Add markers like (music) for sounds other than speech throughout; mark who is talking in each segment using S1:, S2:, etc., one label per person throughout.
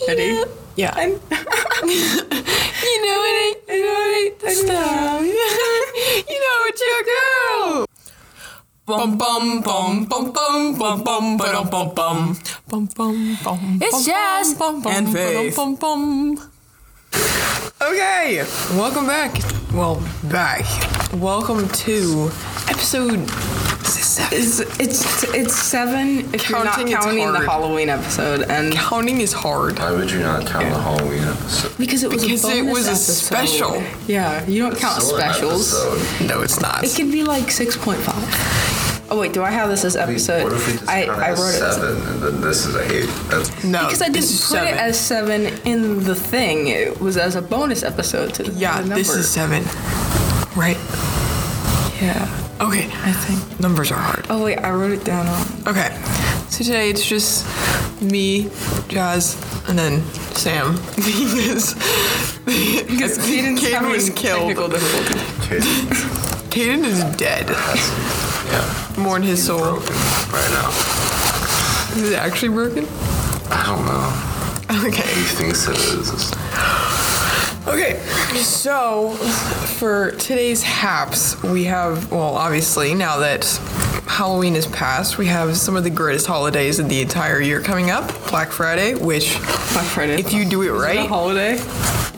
S1: shitty.
S2: Yeah.
S1: I'm
S2: You know it ain't. You know it ain't. Stop. (laughs) you know it's your girl.
S1: bum bum bum bum bum bum bum bum bum bum bum bum bum.
S2: It's jazz.
S1: And Faith.
S2: Bum, bum, bum.
S1: Okay,
S2: Welcome back. Well,
S1: back.
S2: welcome to episode seven.
S1: It's it's it's seven. If
S2: Counting,
S1: you're
S2: it's
S1: not counting the
S2: hard.
S1: Halloween episode, and
S2: Counting is hard.
S3: Why would you not count the Halloween episode?
S1: because it was
S2: Because it was a special.
S1: Yeah, you don't count
S3: Still an
S1: specials.
S3: episode.
S2: No, it's not.
S1: It could be like six point five. Oh wait, do I have this as
S3: Wait,
S1: episode?
S3: What if we just
S1: I
S3: count
S1: I
S3: as
S1: wrote it. as-
S3: seven, and then this is eight? That's
S2: No.
S1: Because I didn't put
S2: this is
S1: it
S2: seven.
S1: as seven in the thing. It was as a bonus episode to the
S2: Yeah,
S1: number.
S2: this is seven. Right.
S1: yeah.
S2: Okay.
S1: I think.
S2: Numbers are hard.
S1: Oh wait, I wrote it down. On.
S2: Okay. So today it's just me, Jazz, and then Sam (laughs) because because
S1: Caden's
S2: Caden
S1: having
S2: was
S1: Technical
S2: killed.
S1: difficulties.
S3: okay.
S2: Caden is dead.
S3: yeah,
S2: Mourn his soul.
S3: broken right now.
S2: Is it actually broken?
S3: I don't know.
S2: Okay.
S3: He thinks it is.
S2: Okay. So for today's haps, we have well, obviously now that Halloween is past, we have some of the greatest holidays of the entire year coming up. Black Friday, which
S1: Black Friday.
S2: if you do it
S1: Is it a
S2: right,
S1: holiday.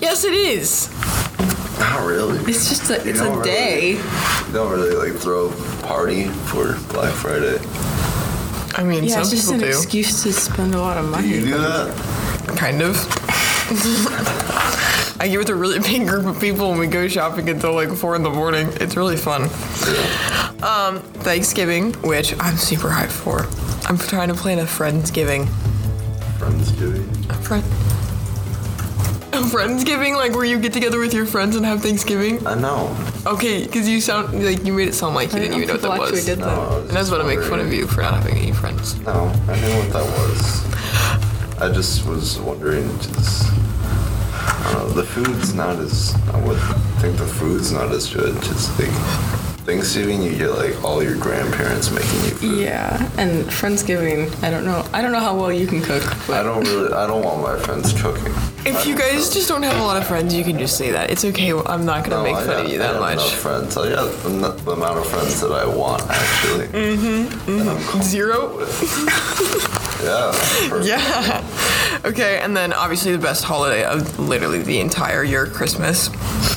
S2: yes, it is.
S3: Not really.
S1: It's just a,
S3: You
S1: it's
S3: don't
S1: a
S3: really-
S1: day.
S3: You don't really like throw a party for Black Friday.
S2: I mean,
S1: Yeah,
S2: some
S1: it's just
S2: people
S1: an
S2: do.
S1: excuse to spend a lot of
S3: Do you
S1: money.
S3: do that?
S2: Kind of. I get with a really big group of people and we go shopping until like four in the morning. It's really fun. Um, Thanksgiving, which I'm super hyped for. I'm trying to plan a friendsgiving.
S3: Friendsgiving.
S2: A friend. A friendsgiving, like where you get together with your friends and have Thanksgiving.
S3: I know.
S2: Okay, because you sound like you made it sound like you
S1: I
S2: didn't
S1: don't
S2: even know
S1: know
S2: what that
S1: people actually
S2: was.
S1: did
S2: And
S3: No, I was
S2: I just want to make fun
S3: wondering.
S2: of you for not having any friends.
S3: No, I knew what that was. I just was wondering, just I don't know, the food's not as I would think the food's not as good. Just like Thanksgiving, you get like all your grandparents making you food.
S1: Yeah, and Friendsgiving. I don't know. I don't know how well you can cook.
S3: I
S1: But
S3: don't really, I don't want my friends cooking.
S2: If you guys just don't have a lot of friends, you can just say that. It's okay. I'm not gonna
S3: No,
S2: make
S3: I
S2: fun
S3: got-
S2: of you
S3: I
S2: that
S3: have
S2: much.
S3: Enough friends, I got the, n- the amount of friends that I want actually.
S2: Mm.
S3: Mm-hmm. I'm comfortable
S2: Zero?
S3: With. yeah. perfect.
S2: Yeah. (laughs) Okay, and then obviously the best holiday of literally the entire year, Christmas.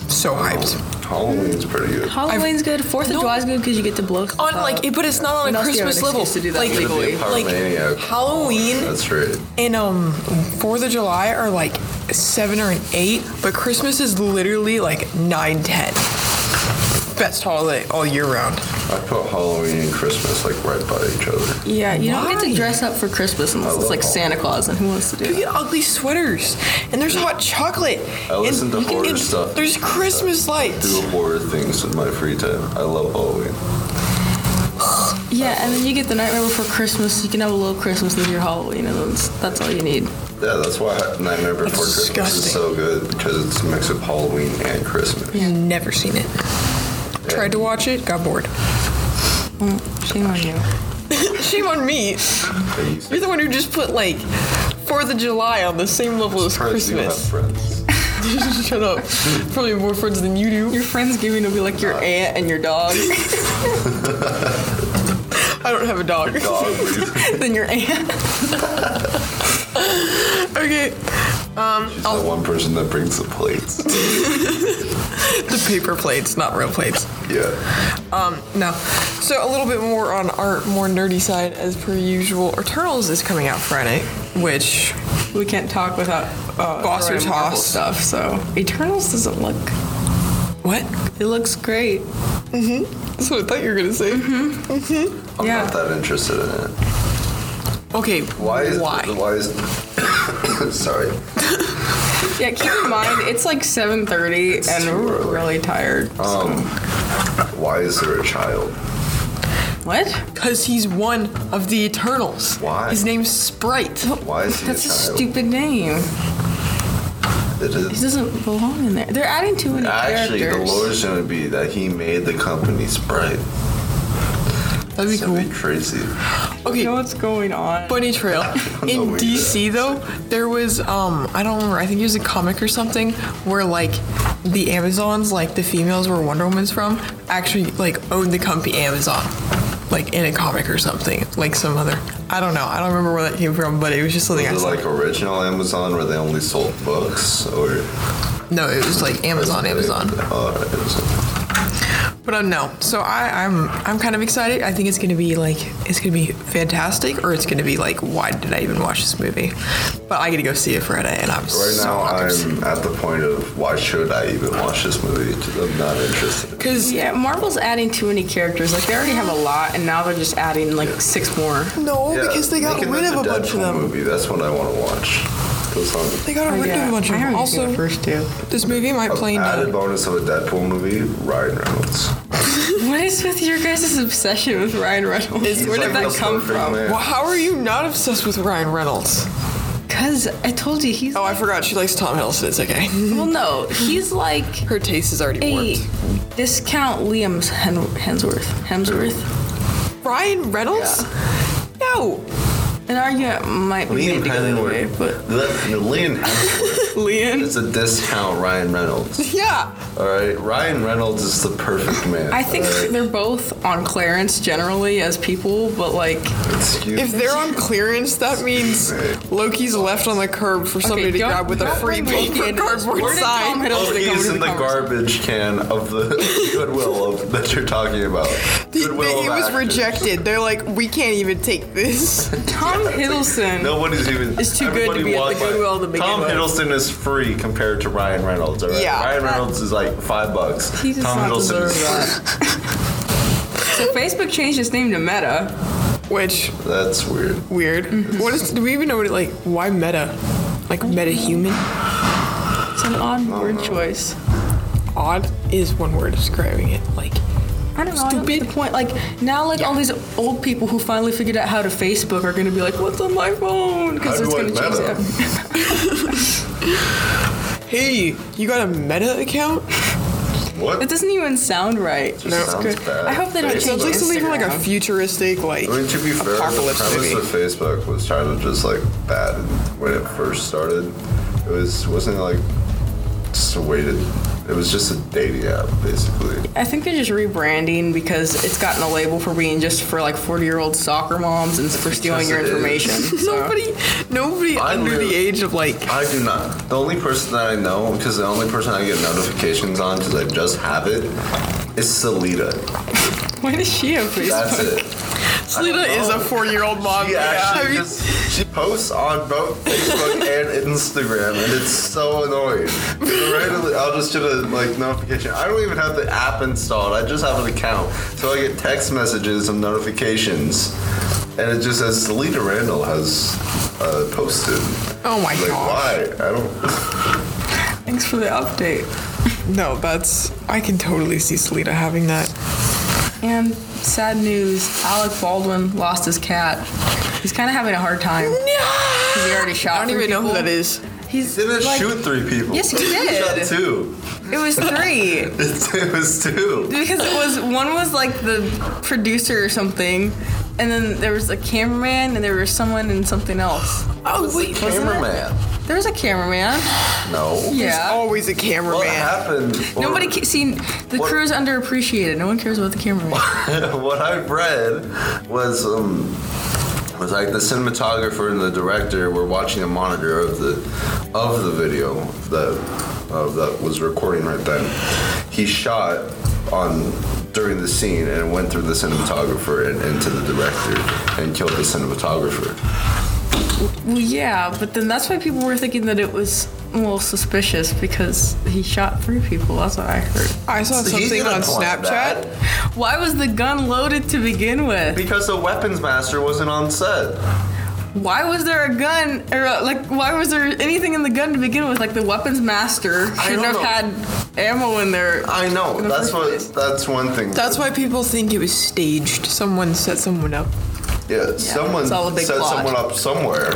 S2: So hyped.
S3: Halloween's pretty good.
S1: Halloween's good. Fourth of
S2: No.
S1: July's good because you get to blow. stuff
S2: On
S1: up.
S2: Oh, like, it, but it's not on
S1: What
S2: a
S1: else do you have
S2: Christmas
S1: an
S2: legal.
S1: excuse to do that
S2: like,
S1: legally?
S3: Be a pyromaniac.
S2: like Halloween
S3: That's right.
S2: and um Fourth of July are like seven or an eight, but Christmas is literally like nine ten. Best holiday all year round.
S3: I put Halloween and Christmas like right by each other.
S1: Yeah, you don't get
S2: Why?
S1: to dress up for Christmas unless it's like Santa Claus, and who wants to do
S2: You
S1: that?
S2: get ugly sweaters, and there's hot chocolate.
S3: I listen
S2: and
S3: to
S2: you can-
S3: horror
S2: and
S3: stuff.
S2: There's Christmas lights.
S3: Do horror things in my free time. I love Halloween.
S1: Yeah, and then you get the Nightmare Before Christmas. You can have a little Christmas with your Halloween, and that's, that's all you need.
S3: Yeah, that's why Nightmare Before Christmas
S2: disgusting.
S3: is so good because it's a mix of Halloween and Christmas.
S2: Never seen it. Tried to watch it, got bored.
S1: Mm, Shame on you.
S2: Shame on me. (laughs)
S3: They used to-
S2: You're the one who just put like Fourth of July on the same level as
S3: Friends do have
S2: Christmas. (laughs)
S3: friends.
S2: Shut up. Probably more friends than you do.
S1: Your Friendsgiving will be like your aunt and your dog,
S2: I don't have a (laughs) dog.
S3: Dog, she's
S1: (laughs) then your aunt.
S2: okay. Oh.
S3: the one person that brings the plates.
S2: The paper plates, not real plates. Um,
S3: Yeah.
S2: No. So a little bit more on our more nerdy side as per usual. Eternals is coming out Friday, which
S1: We can't talk without uh,
S2: Boss or
S1: throwing Marvel
S2: toss.
S1: stuff. So Eternals doesn't look.
S2: what?
S1: It looks great.
S2: That's what I thought you were gonna say.
S3: Mm-hmm.
S2: Oh,
S3: I'm
S1: Yeah.
S3: not that interested in it.
S2: Okay.
S3: Why is (coughs)
S2: Why?
S3: why is sorry.
S1: Yeah, keep in mind it's like 7:30 and
S3: too
S1: we're
S3: early.
S1: really tired.
S3: Um why is there a child?
S1: What?
S2: Because he's one of the Eternals.
S3: Why? Oh,
S2: His name's Sprite.
S3: Why is he
S1: That's a
S3: a child?
S1: stupid name.
S3: It
S1: He
S3: is
S1: doesn't belong in there. They're adding too many
S3: Actually, the
S1: characters.
S3: lore's gonna be that he made the company Sprite.
S2: That'd be
S3: That'd
S2: cool.
S3: be crazy.
S2: Okay,
S1: what's going on?
S2: bunny trail.
S3: (laughs) No,
S2: In
S3: we-
S2: DC though, there was um I don't remember, I think it was a comic or something where like the Amazons, like the females where Wonder Woman's from, actually like owned the company Amazon. Like in a comic or something. Like some other I don't know. I don't remember where that came from, but it was just something
S3: Is
S2: I
S3: it
S2: saw.
S3: like original Amazon where they only sold books or?
S2: no, it was like Amazon, Amazon.
S3: Uh, Amazon.
S2: But uh, no, so I, I'm I'm kind of excited. I think it's gonna be like it's gonna be fantastic, or it's gonna be like, why did I even watch this movie? But I gotta go see it Friday, and I'm
S3: Right
S2: so
S3: now,
S2: I'm
S3: I'm at the point of why should I even watch this movie? I'm not interested. in it.
S2: because
S1: Yeah, Marvel's adding too many characters. Like they already have a lot, and now they're just adding like six more.
S2: no,
S3: Yeah,
S2: because they got
S3: make it
S2: rid
S3: into
S2: of a bunch of
S3: Deadpool
S2: them.
S3: Movie. That's what I want to watch. Goes on.
S2: They
S1: Oh,
S2: got rid of a bunch of them. Also,
S1: first two.
S2: this movie might play
S3: Oh, Added
S2: now.
S3: bonus of a Deadpool movie, Ryan Reynolds.
S1: What is with your guys' obsession with Ryan Reynolds?
S2: Is-
S1: Where
S3: He's
S1: did
S3: like
S1: that
S3: the
S1: come
S3: perfect
S1: from?
S3: man.
S2: Well, how are you not obsessed with Ryan Reynolds?
S1: Because I told you he's.
S2: Oh, I forgot she likes Tom Hiddleston. It's okay. (laughs)
S1: Well, no, he's like
S2: Her taste is already
S1: a
S2: warped.
S1: discount Liam Hem- Hemsworth. Hemsworth.
S2: Ryan Reynolds? No,
S1: An argument might be
S3: Liam
S1: made to go the other way,
S3: Hemsworth.
S1: but
S3: The- the Liam Hemsworth.
S1: Liam.
S3: It's a discount, Ryan
S1: (laughs)
S3: Reynolds.
S2: yeah.
S3: All right, Ryan Reynolds is the perfect man.
S1: I think they're both on clearance generally as people, but like
S3: Excuse
S2: If they're
S1: (laughs)
S2: on clearance, that means Loki's left on the curb for somebody to
S1: don't-
S2: grab with a
S1: don't
S2: free
S1: bring Loki
S2: paper
S1: into this. Where
S2: cardboard
S1: did Tom
S2: sign.
S1: Hiddleston
S3: Oh,
S1: come
S3: he's
S1: into
S3: in the
S1: conversation?
S3: garbage can
S1: (laughs)
S3: of the Goodwill of, that you're talking about.
S2: The- the-
S3: Goodwill
S2: it
S3: of
S2: was
S3: actors.
S2: rejected. They're like, we can't even take
S1: (laughs)
S2: this.
S1: Tom Hiddleston.
S3: Nobody's even.
S1: It's too good to
S3: everybody
S1: be at the
S3: walked by.
S1: Goodwill to begin
S3: Tom
S1: with.
S3: Hiddleston is free compared to Ryan Reynolds. All right?
S2: Yeah.
S3: Ryan Reynolds is like five bucks.
S1: He does
S3: Tom
S1: not
S3: Hiddleston
S1: deserve
S3: is free.
S1: that. so Facebook changed its name to Meta.
S2: Which
S3: That's weird.
S2: weird. What is? Do we even know what it like? Why meta? Like meta human?
S1: It's an odd
S3: Oh,
S1: word choice.
S2: Odd is one word describing it. Like
S1: I don't know. I don't get
S2: Stupid.
S1: the point, like now, like all these old people who finally figured out how to Facebook are gonna be like, "What's on my phone?" Because
S3: How
S1: it's
S3: do I
S1: gonna change
S3: meta?
S1: that.
S2: hey, you got a meta (laughs) account?
S1: It
S3: What?
S1: doesn't even sound right.
S3: No. sounds bad.
S1: I hope they don't
S3: It
S1: change
S2: Sounds like something from like a
S1: Instagram.
S2: futuristic like.
S3: I mean, to be fair, the
S2: Apocalypse
S3: premise
S2: movie.
S3: of Facebook was kind of just like bad when it first started. It was wasn't it like just a way to. It was just a dating app, basically.
S1: I think they're just rebranding because it's gotten a label for being just for like 40 year old soccer moms and for stealing
S3: Yes,
S1: your
S3: it is.
S2: (laughs)
S1: information. So-
S2: Nobody, nobody
S3: I
S2: under
S3: live-
S2: the age of like
S3: I do not. The only person that I know, because the only person I get notifications on, because I just have it, is Salita.
S1: Why does she have Facebook?
S3: That's it.
S2: Selena is a four-year-old mom.
S3: She
S2: Have
S3: actually
S2: you
S3: just she posts on both Facebook and Instagram, and it's so annoying. Randomly, I'll just get a like notification. I don't even have the app installed. I just have an account, so I get text messages and notifications, and it just says Selena Randall has uh, posted.
S2: Oh my
S3: Like
S2: god.
S3: why? I don't.
S1: Thanks for the update.
S2: No, that's I can totally see Selena having that.
S1: And sad news Alec Baldwin lost his cat. He's kind of having a hard time.
S2: No!
S1: He already shot.
S2: I don't
S1: three
S2: even know who
S1: people.
S2: that is.
S1: He's
S3: Didn't
S1: like,
S3: shoot three people.
S1: Yes, he did.
S3: Shot two. (laughs)
S1: It was
S2: (laughs)
S1: three.
S3: It was two.
S1: because it was one was like the producer or something, and then there was a cameraman and there was someone and something else.
S2: Oh wait,
S3: Cameraman.
S1: There was a cameraman.
S3: No.
S1: Yeah.
S2: always a cameraman.
S3: What happened? or-
S1: Nobody ca- see the
S3: What-
S1: crew is underappreciated. No one cares about the cameraman.
S3: (laughs) what I read was um, was like the cinematographer and the director were watching a monitor of the of the video that uh, that was recording right then. He shot on during the scene and went through the cinematographer and into the director and killed the cinematographer.
S1: Well, yeah, but then that's why people were thinking that it was well suspicious because he shot three people. That's what I heard.
S2: I saw
S3: He's
S2: something
S3: gonna
S2: on
S3: point
S2: Snapchat.
S3: that
S1: Why was the gun loaded to begin with?
S3: because the weapons master wasn't on set.
S1: Why was there a gun or uh, like why was there anything in the gun to begin with? Like the weapons master
S3: I
S1: shouldn't have
S3: don't
S1: had ammo in there.
S3: I know
S1: In the
S3: that's
S1: first
S3: what
S1: place.
S3: that's one thing.
S2: That's why people think it was staged. Someone set someone up.
S3: Yeah, someone
S1: it's all a big
S3: set
S1: plot.
S3: someone up somewhere,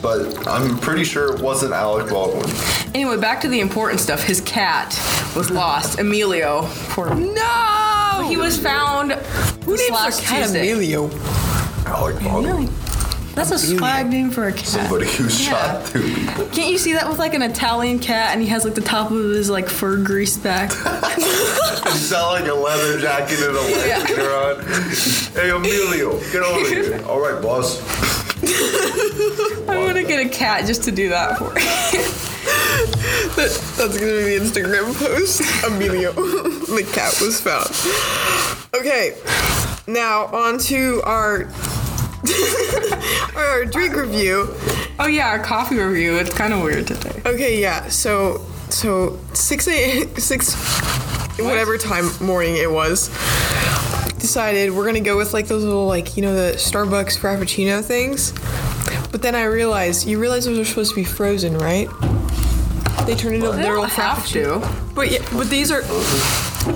S3: but I'm pretty sure it wasn't Alec Baldwin.
S1: Anyway, back to the important stuff. His cat was lost. Emilio. Poor.
S2: No!
S1: No, he was found.
S2: Who
S1: this
S2: names
S1: last
S2: their cat
S1: Tuesday.
S2: Emilio?
S3: Alec Baldwin.
S1: Really? That's a swag name for a cat.
S3: Somebody who shot two (laughs) people.
S1: Can't you see that with like an Italian cat and he has like the top of his like fur greased (laughs) back?
S3: He's got like a leather jacket and
S2: (laughs)
S3: a leather on. Hey, Emilio, get
S2: (laughs)
S3: over here. All right, boss.
S1: I want to get a cat just to do that for.
S2: That, that's gonna be the Instagram post. Emilio, (laughs) the cat was found. Okay, now on to our (laughs) our drink review.
S1: oh yeah, our coffee review. It's kind of weird today.
S2: Okay, yeah. So so six a six whatever time morning it was. Decided we're gonna go with like those little like you know the Starbucks Frappuccino things. But then I realized you realize those are supposed to be frozen, right? They turn into
S1: They
S2: their
S1: don't
S2: little
S1: have
S2: frappuccino.
S1: to.
S2: But yeah, but these are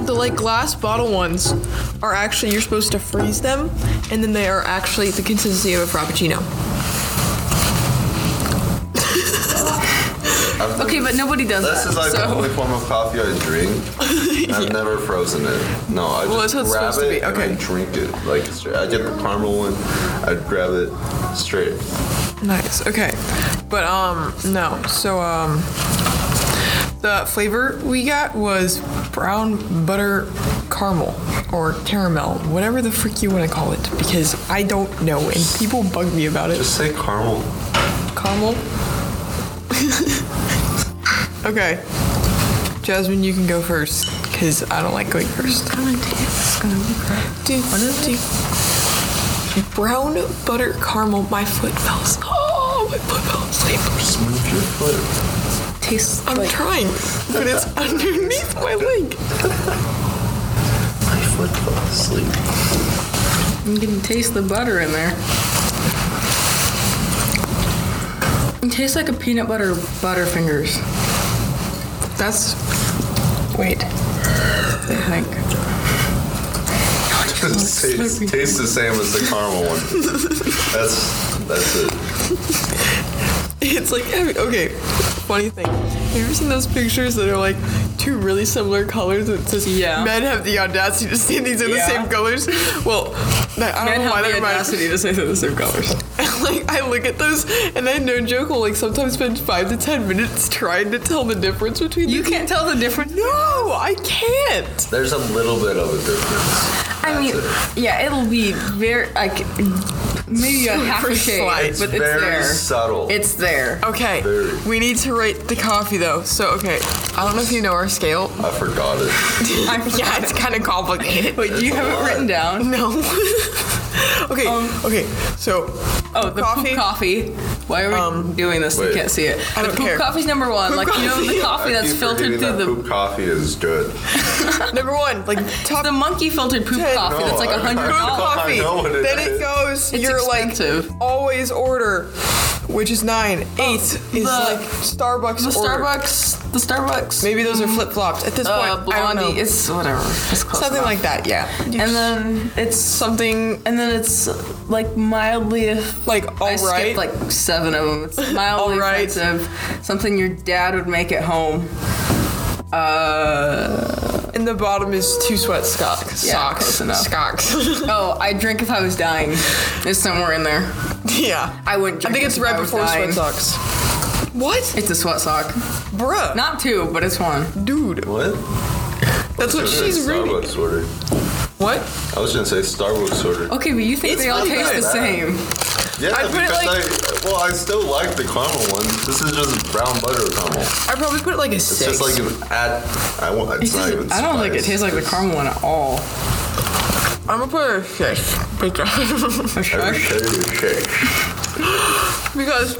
S2: the like glass bottle ones are actually you're supposed to freeze them, and then they are actually the consistency of a frappuccino.
S3: I've-
S1: Okay, but nobody does
S3: This
S1: that.
S3: is like the
S1: so
S3: only form of coffee
S2: (laughs)
S3: I drink. I've never frozen it. No, I
S2: Well, that's
S3: just
S2: what it's
S3: grab
S2: supposed to be.
S3: it and I
S2: Okay.
S3: drink it like straight. I get the caramel one. I grab it straight.
S2: Nice. Okay, but um no. So um the flavor we got was brown butter caramel or caramel, whatever the frick you want to call it, because I don't know and people bug me about it.
S3: Just say caramel.
S2: caramel. (laughs) okay. Jasmine, you can go first because I don't like going first. Dude, Brown butter caramel. My foot fell asleep. Oh, my foot fell asleep.
S3: Move your foot.
S1: tastes
S2: I'm
S1: like
S2: trying, but (laughs) it's underneath my leg.
S3: My foot fell
S2: (laughs)
S3: asleep.
S1: you can taste the butter in there. It tastes like a peanut butter butterfingers.
S2: That's. Wait.
S1: I think.
S3: Tastes, tastes the same as the
S2: (laughs)
S3: caramel one. That's that's it.
S2: (laughs) It's like every- okay. Funny thing. Have you ever seen those pictures that are like two really similar colors that says
S1: Yeah.
S2: men have the audacity to say these are the
S1: Yeah.
S2: same colors? Well, that, I don't
S1: Men
S2: know why
S1: have
S2: that
S1: the
S2: reminds me. (laughs)
S1: audacity to say they're the same colors.
S2: like I look at those and I no joke will like sometimes spend five to ten minutes trying to tell the difference between
S1: You
S2: the
S1: can't tell the difference.
S2: No, I can't.
S3: There's a little bit of a difference.
S1: I mean,
S3: That's it.
S1: yeah, it'll be very like maybe a half
S2: Super
S1: a shade,
S2: slight.
S1: but it's
S3: very
S1: there.
S3: subtle.
S1: It's there.
S2: Okay.
S3: Very.
S2: We need to rate the coffee though. So okay. I don't know if you know our scale. (laughs)
S3: I forgot it.
S1: Oh, (laughs)
S2: yeah, it's kinda complicated. (laughs)
S1: Wait, do you
S3: It's a
S1: have
S3: lot.
S1: it written down?
S2: No. (laughs) okay.
S1: Um,
S2: okay. So.
S1: Oh, the
S2: coffee. Um,
S1: poop coffee. Why are we doing this?
S3: wait.
S1: You can't see it.
S2: I
S1: the
S2: don't
S1: poop
S2: care.
S1: coffee's number one.
S2: Poop
S1: like you know
S2: coffee.
S1: the coffee
S3: I
S1: that's
S3: keep
S1: filtered
S3: forgetting
S1: through
S3: that
S1: the
S3: poop coffee is good.
S2: Number one,
S1: (laughs)
S2: like top
S1: the monkey filtered poop
S2: Ten.
S1: coffee that's like
S3: No,
S1: a
S3: I-
S1: hundred
S2: food
S1: dollars.
S2: coffee.
S3: I know what it
S2: then
S3: is.
S2: it goes.
S1: It's
S2: you're
S1: expensive. Oh,
S2: like always order, which is nine. Eight is like Starbucks.
S1: The
S2: order.
S1: Starbucks. The Starbucks.
S2: Maybe those are flip flopped at this
S1: uh,
S2: point. I don't
S1: blondie.
S2: know.
S1: It's whatever. It's close
S2: something
S1: enough.
S2: like that. Yeah.
S1: And then it's
S2: something
S1: and then it's like mildly
S2: like all
S1: I
S2: right.
S1: skipped like seven of them. It's mildly
S2: All right.
S1: offensive. Something your dad would make at home. Uh,
S2: and the bottom is two sweat socks.
S1: Yeah,
S2: socks.
S1: close enough. (laughs)
S2: Socks.
S1: oh, I drink if I was dying. It's somewhere in there.
S2: yeah.
S1: I wouldn't.
S2: I think
S1: Drink
S2: it's
S1: if
S2: right
S1: I was
S2: before
S1: dying.
S2: sweat socks. What,
S1: It's a sweat sock.
S2: bruh?
S1: Not two, but it's one.
S2: dude.
S3: What?
S2: That's what she's reading.
S3: Starbucks order.
S2: What?
S3: I was gonna say Starbucks order.
S1: Okay, but you think
S2: It's
S1: they all
S2: not
S1: taste
S2: that
S1: the
S3: bad.
S1: same?
S3: Yeah,
S2: I'd put it
S3: because I well, I still like the caramel one. This is just brown butter caramel. It's
S2: I probably put it like a six.
S3: just like an add. I want. It's
S1: It
S3: not
S1: tastes-
S3: even.
S1: I don't think it
S3: spice.
S1: tastes like the
S3: It's
S1: caramel one at all.
S2: I'm gonna put a six because
S3: Every shade of
S2: (laughs)
S3: shade.
S2: because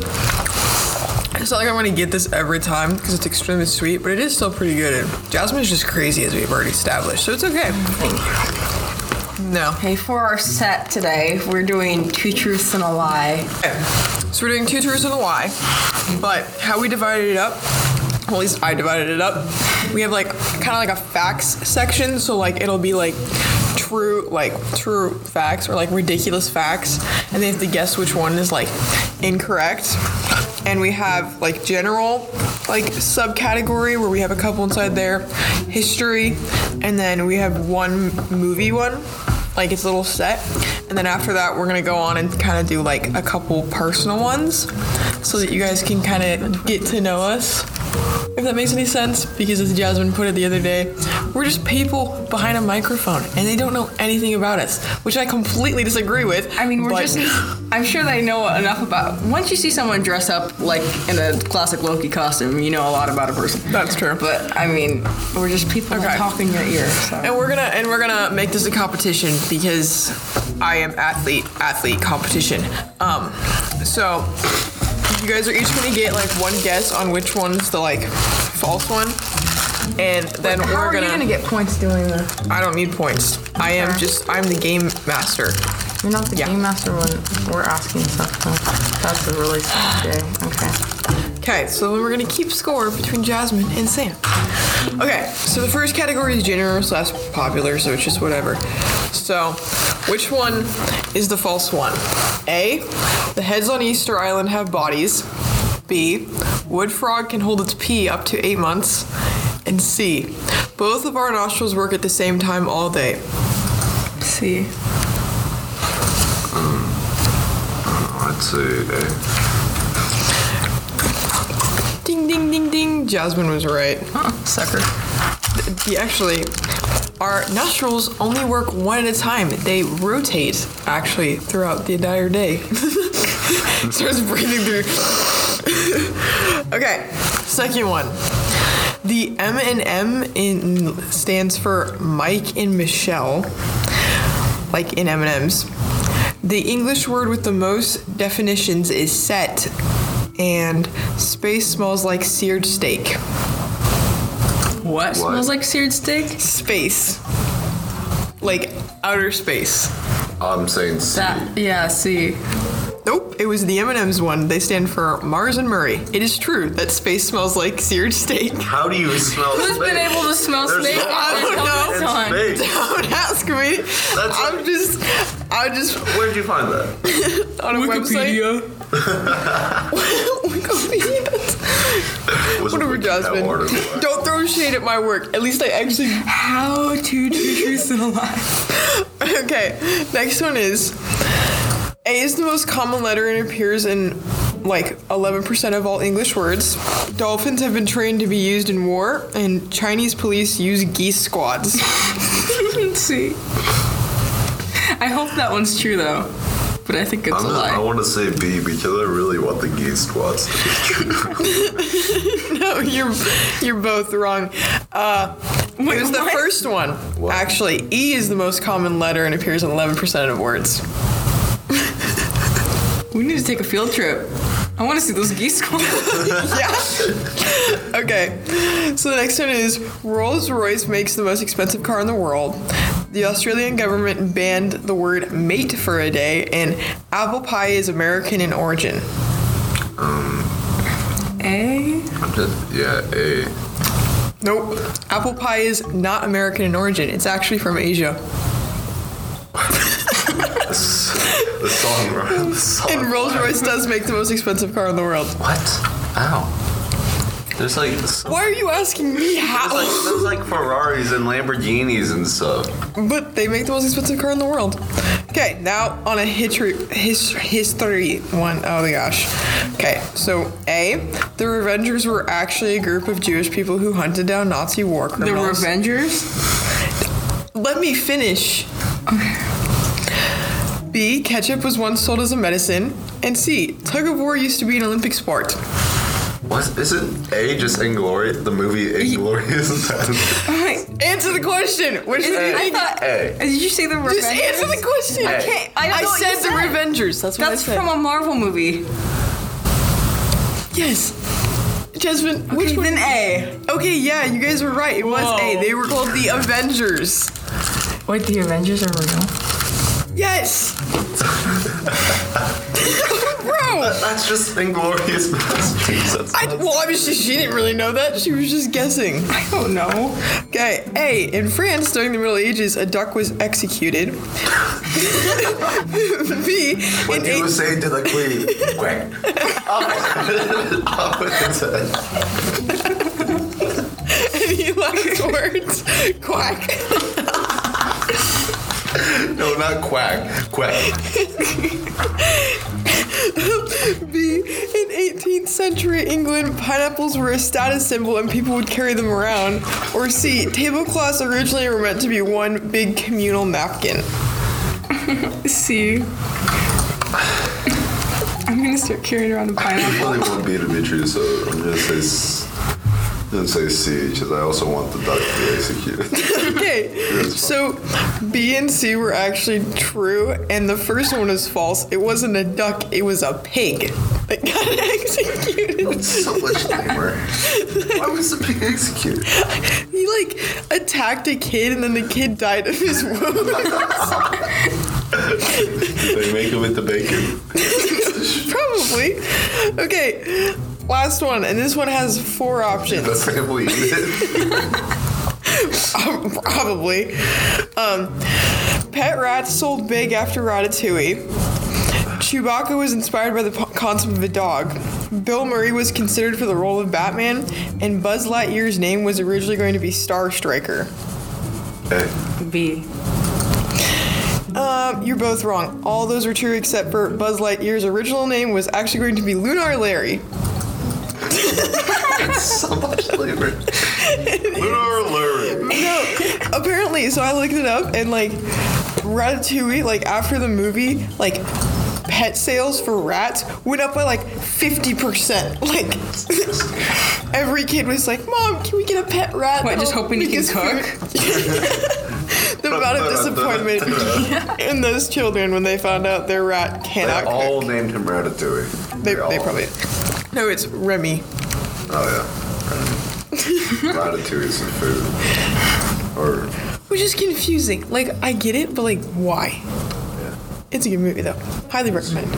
S2: it's not like I'm gonna get this every time because it's extremely sweet, but it is still pretty good. And Jasmine's just crazy as we've already established, so it's okay. No.
S1: Okay, for our set today, we're doing two truths and a lie.
S2: Okay. So we're doing two truths and a lie, but how we divided it up, well, at least I divided it up. We have like kind of like a facts section, so like it'll be like true, like true facts or like ridiculous facts, and they have to guess which one is like incorrect. and we have like general like subcategory where we have a couple inside there, history, and then we have one movie one, like it's a little set, and then after that we're gonna go on and kind of do like a couple personal ones, so that you guys can kind of get to know us. If that makes any sense, because as Jasmine put it the other day, we're just people behind a microphone and they don't know anything about us, which I completely disagree with.
S1: I mean, we're
S2: but-
S1: just. I'm sure they know enough about. Once you see someone dress up like in a classic Loki costume, you know a lot about a person.
S2: That's true.
S1: But I mean, we're just people
S2: Okay.
S1: that talk in your ear. So.
S2: And we're gonna and we're gonna make this a competition because I am athlete athlete competition. Um, so you guys are each gonna get like one guess on which one's the like false one, and then
S4: How
S2: we're
S4: are
S2: gonna.
S4: you gonna get points doing this?
S2: I don't need points. I am just I'm the game master.
S4: You're not the
S2: Yeah.
S4: game master when we're asking stuff. though. That's a really sad day. Okay.
S2: Okay, so then we're gonna keep score between Jasmine and Sam. Okay, so the first category is general slash popular, so it's just whatever. So, which one is the false one? A. The heads on Easter Island have bodies. B. Wood frog can hold its pee up to eight months. And C. Both of our nostrils work at the same time all day.
S1: See,
S3: I'd say
S2: Ding, ding, ding, ding. Jasmine was right.
S1: sucker.
S2: Yeah, actually, our nostrils only work one at a time. They rotate actually throughout the entire day. (laughs) Starts breathing through. okay, second one. The M and M in stands for Mike and Michelle, like in M and M's. The English word with the most definitions is set, and space smells like seared steak.
S1: What?
S3: What?
S1: Smells like seared steak.
S2: space. Like outer space.
S3: I'm saying C.
S1: That. Yeah. See.
S2: Nope, it was the M&M's one. They stand for Mars and Murray. It is true that space smells like seared steak. (laughs)
S3: How do you smell
S1: Who's been able to smell
S3: There's
S1: snake?
S3: no-
S1: on their
S2: I don't know.
S1: helmets
S3: It's
S1: on?
S3: fake.
S2: Don't ask me. I'm
S3: what-
S2: just I'm just (laughs)
S3: Where'd you find that?
S2: on a website. Wikipedia.
S3: Was it
S2: Whatever,
S3: Wikipew
S2: Jasmine.
S3: article?
S2: Don't throw shade at my work. At least I actually
S1: How to do truth in a lie.
S2: (laughs) Okay, next one is A is the most common letter and appears in like 11% of all English words. Dolphins have been trained to be used in war, and Chinese police use geese squads.
S1: (laughs)
S2: (laughs)
S1: see. I hope that one's true though, but I think it's
S3: I'm
S1: a
S3: gonna- I
S1: lie.
S3: want to say B because I really want the geese squats.
S2: no, you're you're both wrong. Uh, it was the
S1: what?
S2: first one.
S3: What?
S2: Actually, E is the most common letter and appears in 11% of words.
S1: We need to take a field trip. I want to see those geese
S3: (laughs)
S1: squad.
S2: yeah. (laughs) Okay. So the next one is Rolls Royce makes the most expensive car in the world. The Australian government banned the word mate for a day, and apple pie is American in origin.
S1: A.
S3: I'm just yeah A.
S2: Nope. Apple pie is not American in origin. It's actually from Asia.
S3: This- The song, right? The song.
S2: And Rolls Royce does make the most expensive car in the world.
S3: What? Ow. There's like so-
S2: Why are you asking me
S3: There's like,
S2: how?
S3: there's like Ferraris and Lamborghinis and stuff.
S2: But they make the most expensive car in the world. Okay, now on a history his, history one. Oh my gosh. Okay, so A, the Revengers were actually a group of Jewish people who hunted down Nazi war
S1: The
S2: criminals.
S1: Revengers. (laughs)
S2: Let me finish. B, ketchup was once sold as a medicine. And C, tug of war used to be an Olympic sport.
S3: What isn't A just Inglorious? The movie Inglorious (laughs) Bastards?
S2: Answer the question. Which one do you
S1: I
S2: think?
S1: thought.
S3: A.
S1: Did you say the Revengers?
S2: Just answer the question.
S3: I
S1: can't- I don't know what
S2: said
S1: you
S2: the
S1: said.
S2: Revengers. That's what
S1: That's
S2: I said.
S1: from a Marvel movie.
S2: Yes. Jasmine, which
S1: Okay,
S2: one?
S1: then A.
S2: Okay, yeah, you guys were right. It was A.
S1: Whoa.
S2: They were called the Avengers.
S4: Wait, the Avengers are real?
S2: Yes. (laughs) Bro,
S3: But that's just inglorious bastards. That's
S2: I,
S3: not-
S2: well, obviously, she didn't really know that. She was just guessing. I don't know. Okay, A. In France during the Middle Ages, a duck was executed. (laughs) B.
S3: What
S2: in
S3: you
S2: eight-
S3: were saying to the queen, (laughs) quack. Up, up with its head.
S2: (laughs) Any last words? Quack.
S3: No, not quack. Quack.
S2: (laughs) B. In 18th century England, pineapples were a status symbol and people would carry them around. Or C. Tablecloths originally were meant to be one big communal napkin.
S1: See. I'm gonna start carrying around a
S3: It
S1: pineapple.
S3: really won't be Dimitri, so I'm gonna say s- I'm gonna say C because I also want the duck to be executed. (laughs)
S2: Okay, so B and C were actually true, and the first one was false. It wasn't a duck, it was a pig (laughs) that got executed.
S3: It's so much lamer. Why was it being executed?
S2: He like attacked a kid, and then the kid died of his wound. (laughs)
S3: Did they make it with the bacon?
S2: Probably. Okay, last one, and this one has four options.
S3: That's like if we eat it. (laughs)
S2: Um, (laughs) probably. Um, pet rats sold big after Ratatouille. Chewbacca was inspired by the po- concept of a dog. Bill Murray was considered for the role of Batman, and Buzz Lightyear's name was originally going to be Star Striker.
S3: Hey,
S1: B.
S2: Um, you're both wrong. All those were true except for Buzz Lightyear's original name was actually going to be Lunar Larry.
S3: it's so much lamer. Lunar Larry.
S2: No, (laughs) apparently. So I looked it up, and like Ratatouille, like after the movie, like pet sales for rats went up by like fifty percent. (laughs) Like every kid was like, "Mom, can we get a pet rat?"
S1: What,
S2: that
S1: just
S2: will
S1: hoping you
S2: make
S1: can
S2: us food?" the amount of
S3: (laughs)
S2: disappointment in those children when they found out their rat
S3: They
S2: cannot
S3: all
S2: cook.
S3: named him Ratatouille.
S2: They,
S3: all-
S2: they probably. No, it's Remy.
S3: (laughs) Oh yeah. Ratatouille is some food. Or
S2: Which is confusing. Like, I get it, but like, why? It's a good movie, though. Highly recommend.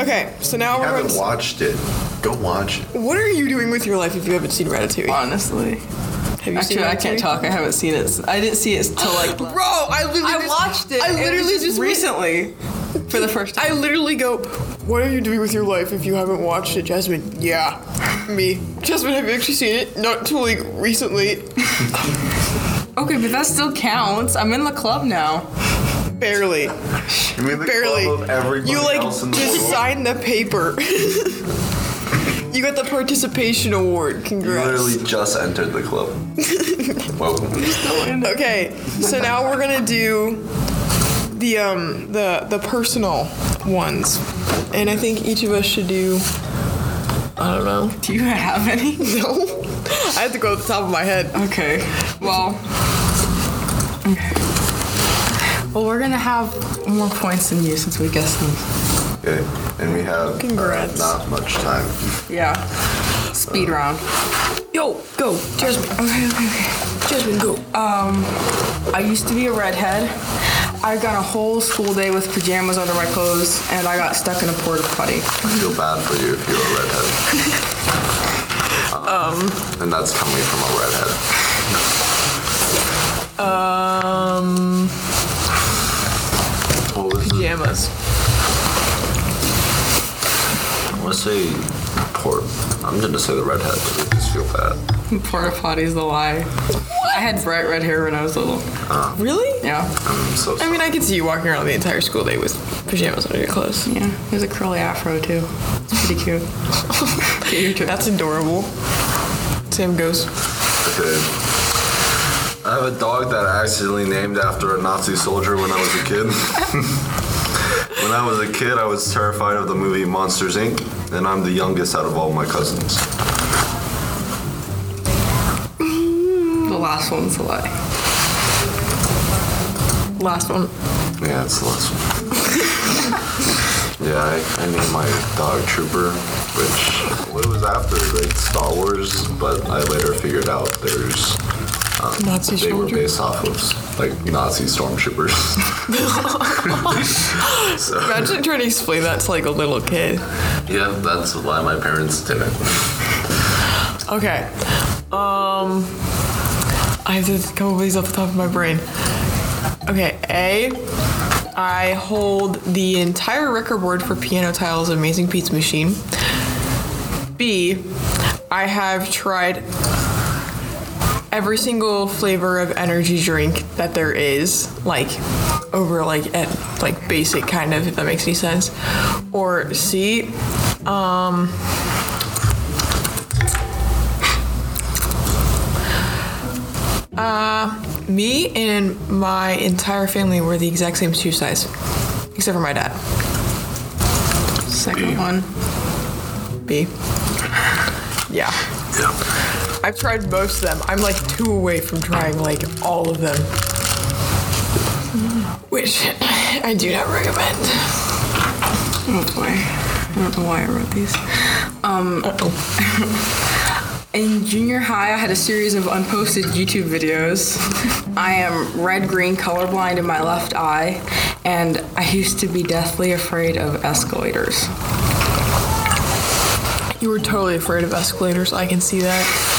S2: Okay, so now
S3: I
S2: we're going
S3: haven't
S2: to.
S3: watched it. Go watch it.
S2: What are you doing with your life if you haven't seen Ratatouille?
S4: Honestly.
S2: Have you seen
S4: Uh, Actually, I can't
S2: Ratatouille?
S4: talk. I haven't seen it. I didn't see it till
S2: (laughs)
S4: like.
S2: Bro, I literally.
S4: I
S2: just-
S4: watched it.
S2: I literally just,
S4: recently for the first time.
S2: I literally go, what are you doing with your life if you haven't watched it, Jasmine? Yeah, (laughs) me. Jasmine, have you actually seen it? Not till like recently,
S4: Okay, but that still counts. I'm in the club now.
S2: barely,
S3: You mean the
S2: barely.
S3: club of everybody
S2: you like
S3: else in the
S2: just
S3: world?
S2: signed the paper. (laughs) you got the participation award.
S3: You
S2: Congrats.
S3: literally just entered
S2: (laughs)
S3: the club. Welcome.
S2: Okay, so now we're gonna do the um the the personal ones, and I think each of us should do. (laughs) I don't know.
S4: Do you have any?
S2: No, I have to go off the top of my
S4: (laughs)
S2: head.
S4: Okay. Well. Well, we're gonna have more points than you since we guessed them.
S3: Okay, and we have uh,
S2: Congrats.
S3: not much time.
S4: Yeah. Speed round.
S1: Yo, go, Jasmine. Okay, okay, okay. Jasmine, go.
S4: Um, I used to be a redhead. I got a whole school day with pajamas under my clothes, and I got stuck in a porta potty. (laughs)
S3: I feel bad for you if you're a redhead. um, and that's coming from a redhead.
S2: Um,
S3: Well, let's,
S2: pajamas.
S3: let's say port. I'm gonna say the redhead. I just feel bad.
S4: Porta potty's the lie. I had bright red hair when I was little.
S2: Really?
S4: Yeah.
S3: I'm so
S2: I
S3: sorry.
S2: mean, I could see you walking around the entire school day with pajamas under your clothes.
S4: Yeah. There's a curly afro too. It's pretty cute. okay, your turn.
S2: That's adorable. Sam goes.
S3: Okay. I have a dog that I accidentally named after a Nazi soldier when I was a kid. when I was a kid, I was terrified of the movie Monsters Inc., and I'm the youngest out of all my cousins.
S4: The last one's a lie.
S2: Last one.
S3: Yeah, it's the last one. yeah, I, I named my dog Trooper, which well, it was after like Star Wars, but I later figured out there's Uh,
S2: Nazi
S3: they were
S2: soldier?
S3: based off of like
S2: (laughs)
S3: Nazi stormtroopers. (laughs) so
S2: Imagine trying to explain that to like a little kid.
S3: yeah, that's why my parents did it.
S2: Mm-hmm. Okay. Um, I have to couple these off the top of my brain. Okay, A. I hold the entire record board for Piano Tile's Amazing Pizza Machine. B. I have tried every single flavor of energy drink that there is, like over like at like basic kind of if that makes any sense. Or C. Um. Me and my entire family were the exact same shoe size, except for my dad.
S1: Second one.
S2: B. Yeah.
S3: Yeah.
S2: I've tried most of them. I'm like two away from trying like all of them. Which I do not recommend.
S1: Oh boy. I don't know why I wrote these. Um, (laughs) in junior high, I had a series of unposted YouTube videos. I am red green colorblind in my left eye, and I used to be deathly afraid of escalators.
S2: You were totally afraid of escalators. I can see that.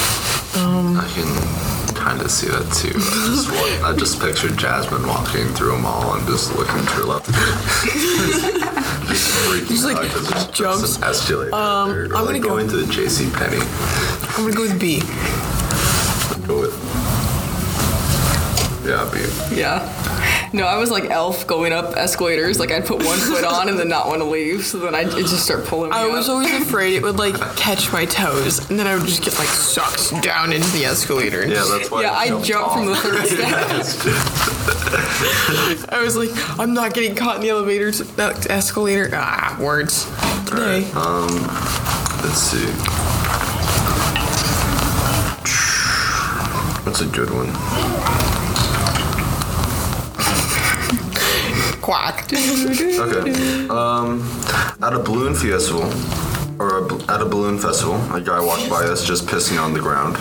S3: I can kind of see that too. I just, wa- I just pictured Jasmine walking through a mall and (laughs) just looking to her left. just freaking
S2: Just, like,
S3: out 'cause there's just
S2: jumps.
S3: an escalator
S2: Um,
S3: there. Or,
S2: I'm
S3: like,
S2: gonna go-
S3: going to the J.C. Penney.
S2: I'm gonna go with B.
S3: Go with. Yeah, babe.
S4: Yeah. No, I was like elf going up escalators. Like I'd put one foot on and then not want to leave. So then I'd it'd just start pulling me
S2: I
S4: up.
S2: was always afraid it would like catch my toes, and then I would just get like sucked down into the escalator.
S3: Yeah, that's why.
S4: yeah, I jumped from the third step.
S3: (laughs)
S2: I was like, I'm not getting caught in the elevator, t- that escalator. Ah, words. Today.
S3: Let's see. What's a good one?
S2: Quack.
S3: Okay. Um, at a balloon festival, or a, bl- at a balloon festival, a guy walked by us just pissing on the ground.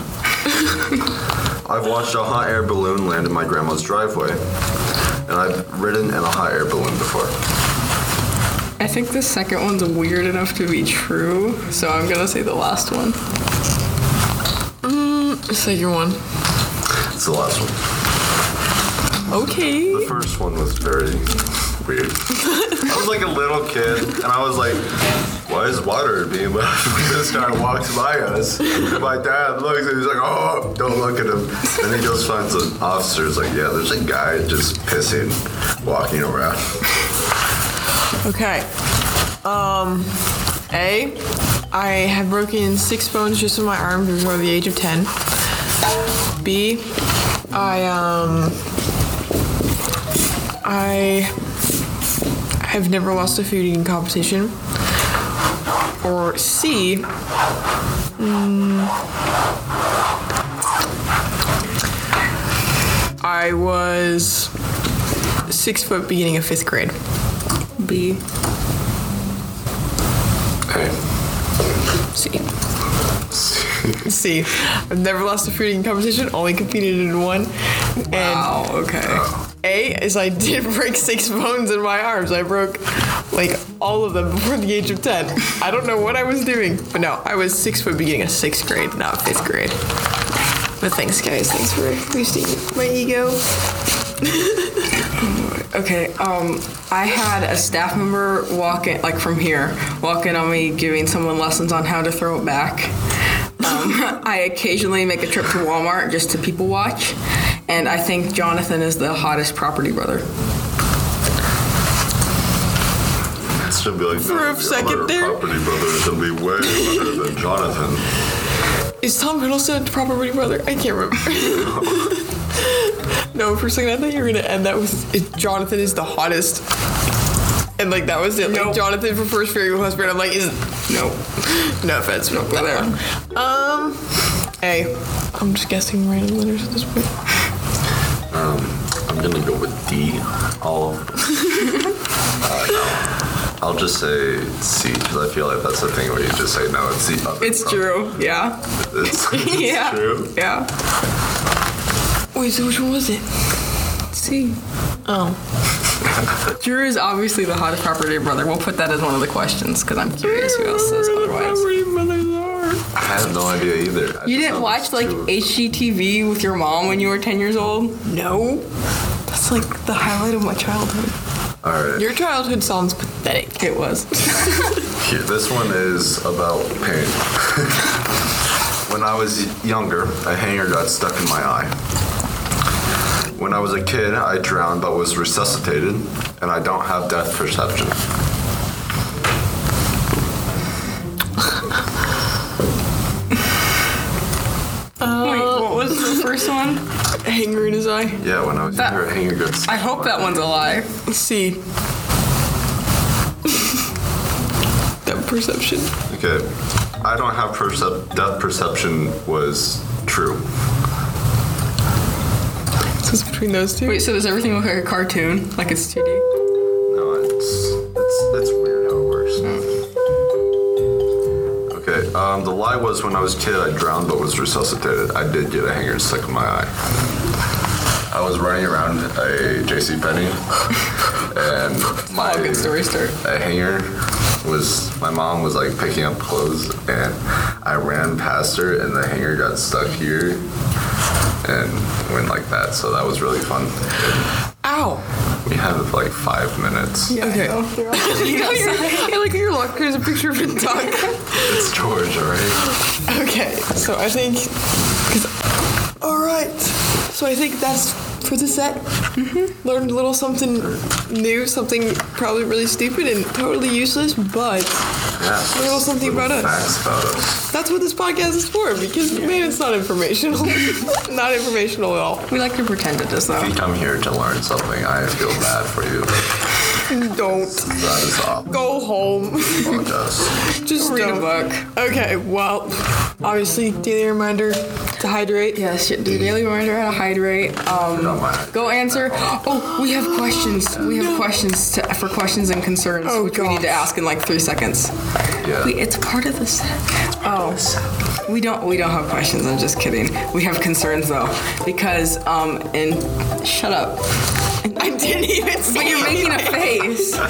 S3: I've watched a hot air balloon land in my grandma's driveway, and I've ridden in a hot air balloon before.
S4: (laughs) I think the second one's weird enough to be true. So I'm gonna say the last one.
S2: Mm, Second one.
S3: It's the last one.
S2: Okay.
S3: The first one was very weird. I was like a little kid, and I was like, "Why is water being left?" (laughs) this guy walks by us. And my dad looks, and he's like, "Oh, don't look at him." And he goes finds an officer. He's like, "Yeah, there's a guy just pissing, walking around." (laughs)
S2: Okay. Um, A. I have broken six bones just in my arm before the age of 10. B. I, um, I have never lost a food eating competition. Or C. mm, I was six foot beginning of fifth grade.
S1: B.
S3: Okay.
S2: See. See, I've never lost a food eating competition, only competed in one. And
S4: Oh, okay.
S2: A is I did (laughs) break six bones in my arms. I broke like all of them before the age of 10. I don't know what I was doing, but no, I was six foot beginning of sixth grade, not fifth grade. But thanks, guys. Thanks for boosting my ego.
S4: (laughs) Okay, um, I had a staff member walk in, like from here, walk in on me giving someone lessons on how to throw it back. Um, (laughs) I occasionally make a trip to Walmart just to people watch, and I think Jonathan is the hottest property brother.
S3: It's gonna be like
S2: For a
S3: "No,
S2: second
S3: other
S2: there-
S3: Property brother is gonna be way better than Jonathan.
S2: Is Tom Hiddleston a property brother? I can't remember. (laughs) no, for a second I thought you were gonna end that with it, Jonathan is the hottest, and like that was it. Like
S4: Nope.
S2: Jonathan for first fairy husband. I'm like, is no, (laughs) no offense, no there. Um, A. I'm just guessing random letters at this point.
S3: I'm gonna go with D. All of them. Uh, no. I'll just say C because I feel like that's the thing where you just say no. It's the other.
S4: It's
S1: (laughs)
S3: problem.
S4: true, yeah.
S3: It's, it's
S4: yeah.
S3: true.
S4: Yeah.
S2: Wait, so which one was it?
S1: See,
S2: Oh.
S1: (laughs) Drew is obviously the hottest property brother. We'll put that as one of the questions because I'm curious who else says otherwise.
S3: I have no idea either. I
S1: You
S3: just
S1: didn't
S3: know
S1: watch
S3: there's
S1: like
S3: two.
S1: HGTV with your mom when you were 10 years old?
S2: No.
S1: That's like the highlight of my childhood.
S3: All right.
S2: Your childhood sounds pathetic.
S1: It (laughs) was.
S3: Here, this one is about pain. (laughs) when I was younger, a hanger got stuck in my eye. When I was a kid, I drowned but was resuscitated, and I don't have depth perception.
S1: Wait, what was the first one?
S2: Hanger in his eye.
S3: Yeah, when I was younger, a hanger got
S1: I
S3: stuck.
S1: hope that one's a lie. (laughs)
S2: C. that perception.
S3: Okay, I don't have percep- depth perception was true.
S2: So it's between those two.
S1: Wait, so does everything look like a cartoon? Like it's 2D?
S3: No, it's it's that's weird how it works. Okay, um, the lie was when I was a kid, I drowned but was resuscitated. I did get a hanger stuck in my eye. I was running around a JC Penney, (laughs) and
S1: Oh,
S3: my
S1: good story start.
S3: a hanger was my mom was like picking up clothes, and I ran past her, and the hanger got stuck here, and went like that. So that was really fun.
S2: Ow.
S3: We have like five minutes.
S2: Okay.
S1: (laughs) You know,
S2: I like your locker is a picture of a dog.
S3: It's George, alright.
S2: Okay, so I think. 'cause- all right, so I think that's for the set.
S1: Mm-hmm.
S2: Learned a little something new, something probably really stupid and totally useless, but
S3: Yeah.
S2: Little something about us.
S3: Facts about us.
S2: that's what this podcast is for. Because man, it's not informational, (laughs) not informational at all.
S1: we like to pretend it is
S3: If
S1: though.
S3: you come here to learn something, I feel bad for you.
S2: Don't
S3: That is awful.
S2: go home. (laughs)
S3: Fuck us.
S2: Just
S1: Read a
S2: don't.
S1: book.
S2: Okay, well, obviously daily reminder to hydrate.
S1: Yes, shit, do daily reminder how to hydrate. Um,
S3: Not my-
S1: go answer. Oh, we have questions. We have questions to, for questions and concerns,
S2: Oh,
S1: which we need
S2: gosh.
S1: to ask in like three seconds.
S3: Yeah.
S1: Wait, it's part of the set. Oh, we don't we don't have questions. I'm just kidding. We have concerns though, because um and shut up. (laughs)
S2: I didn't even
S1: But
S2: say
S1: you're making a
S2: it.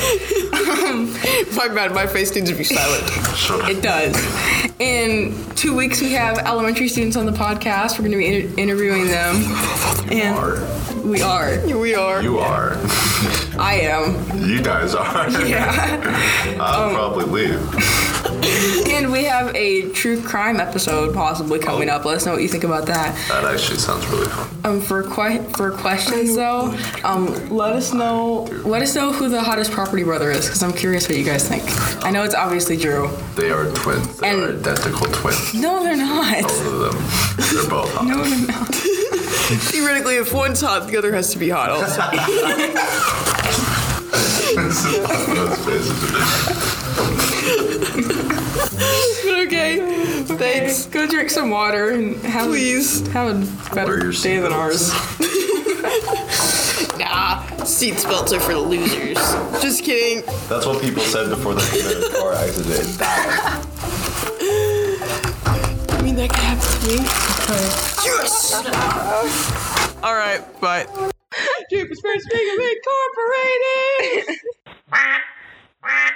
S1: face.
S2: My bad. My face needs to be silent.
S3: Shut up.
S1: It does. In two weeks, we have elementary students on the podcast. We're going to be inter- interviewing them,
S3: You
S1: and
S3: are.
S1: we are.
S2: we are.
S3: You are. (laughs)
S1: I am.
S3: You guys are.
S1: Yeah.
S3: I'll probably leave.
S1: (laughs) And we have a true crime episode possibly coming
S3: Oh.
S1: up. Let us know what you think about that.
S3: That actually sounds really fun.
S1: Um, for que- for questions though, um, let us know let us know who the hottest property brother is because I'm curious what you guys think. I know it's obviously Drew.
S3: They are twins. They are
S1: And-
S3: identical twins.
S1: No, they're not.
S3: Both of them. They're both
S1: (laughs)
S3: hot.
S1: No, they're not.
S2: Theoretically, if one's hot, the other has to be hot also.
S3: (laughs) Those faces.
S2: okay. Thanks.
S1: Go drink some water and have
S2: Please.
S1: have a
S3: Wear
S1: better
S3: your
S1: day than ours.
S2: Nah, seat belts are for losers. Just kidding.
S3: That's what people said before the car accident.
S2: I mean, that could happen to me. Yes! Alright, (laughs) bye.
S1: Troopers first being incorporated.
S5: quack, quack.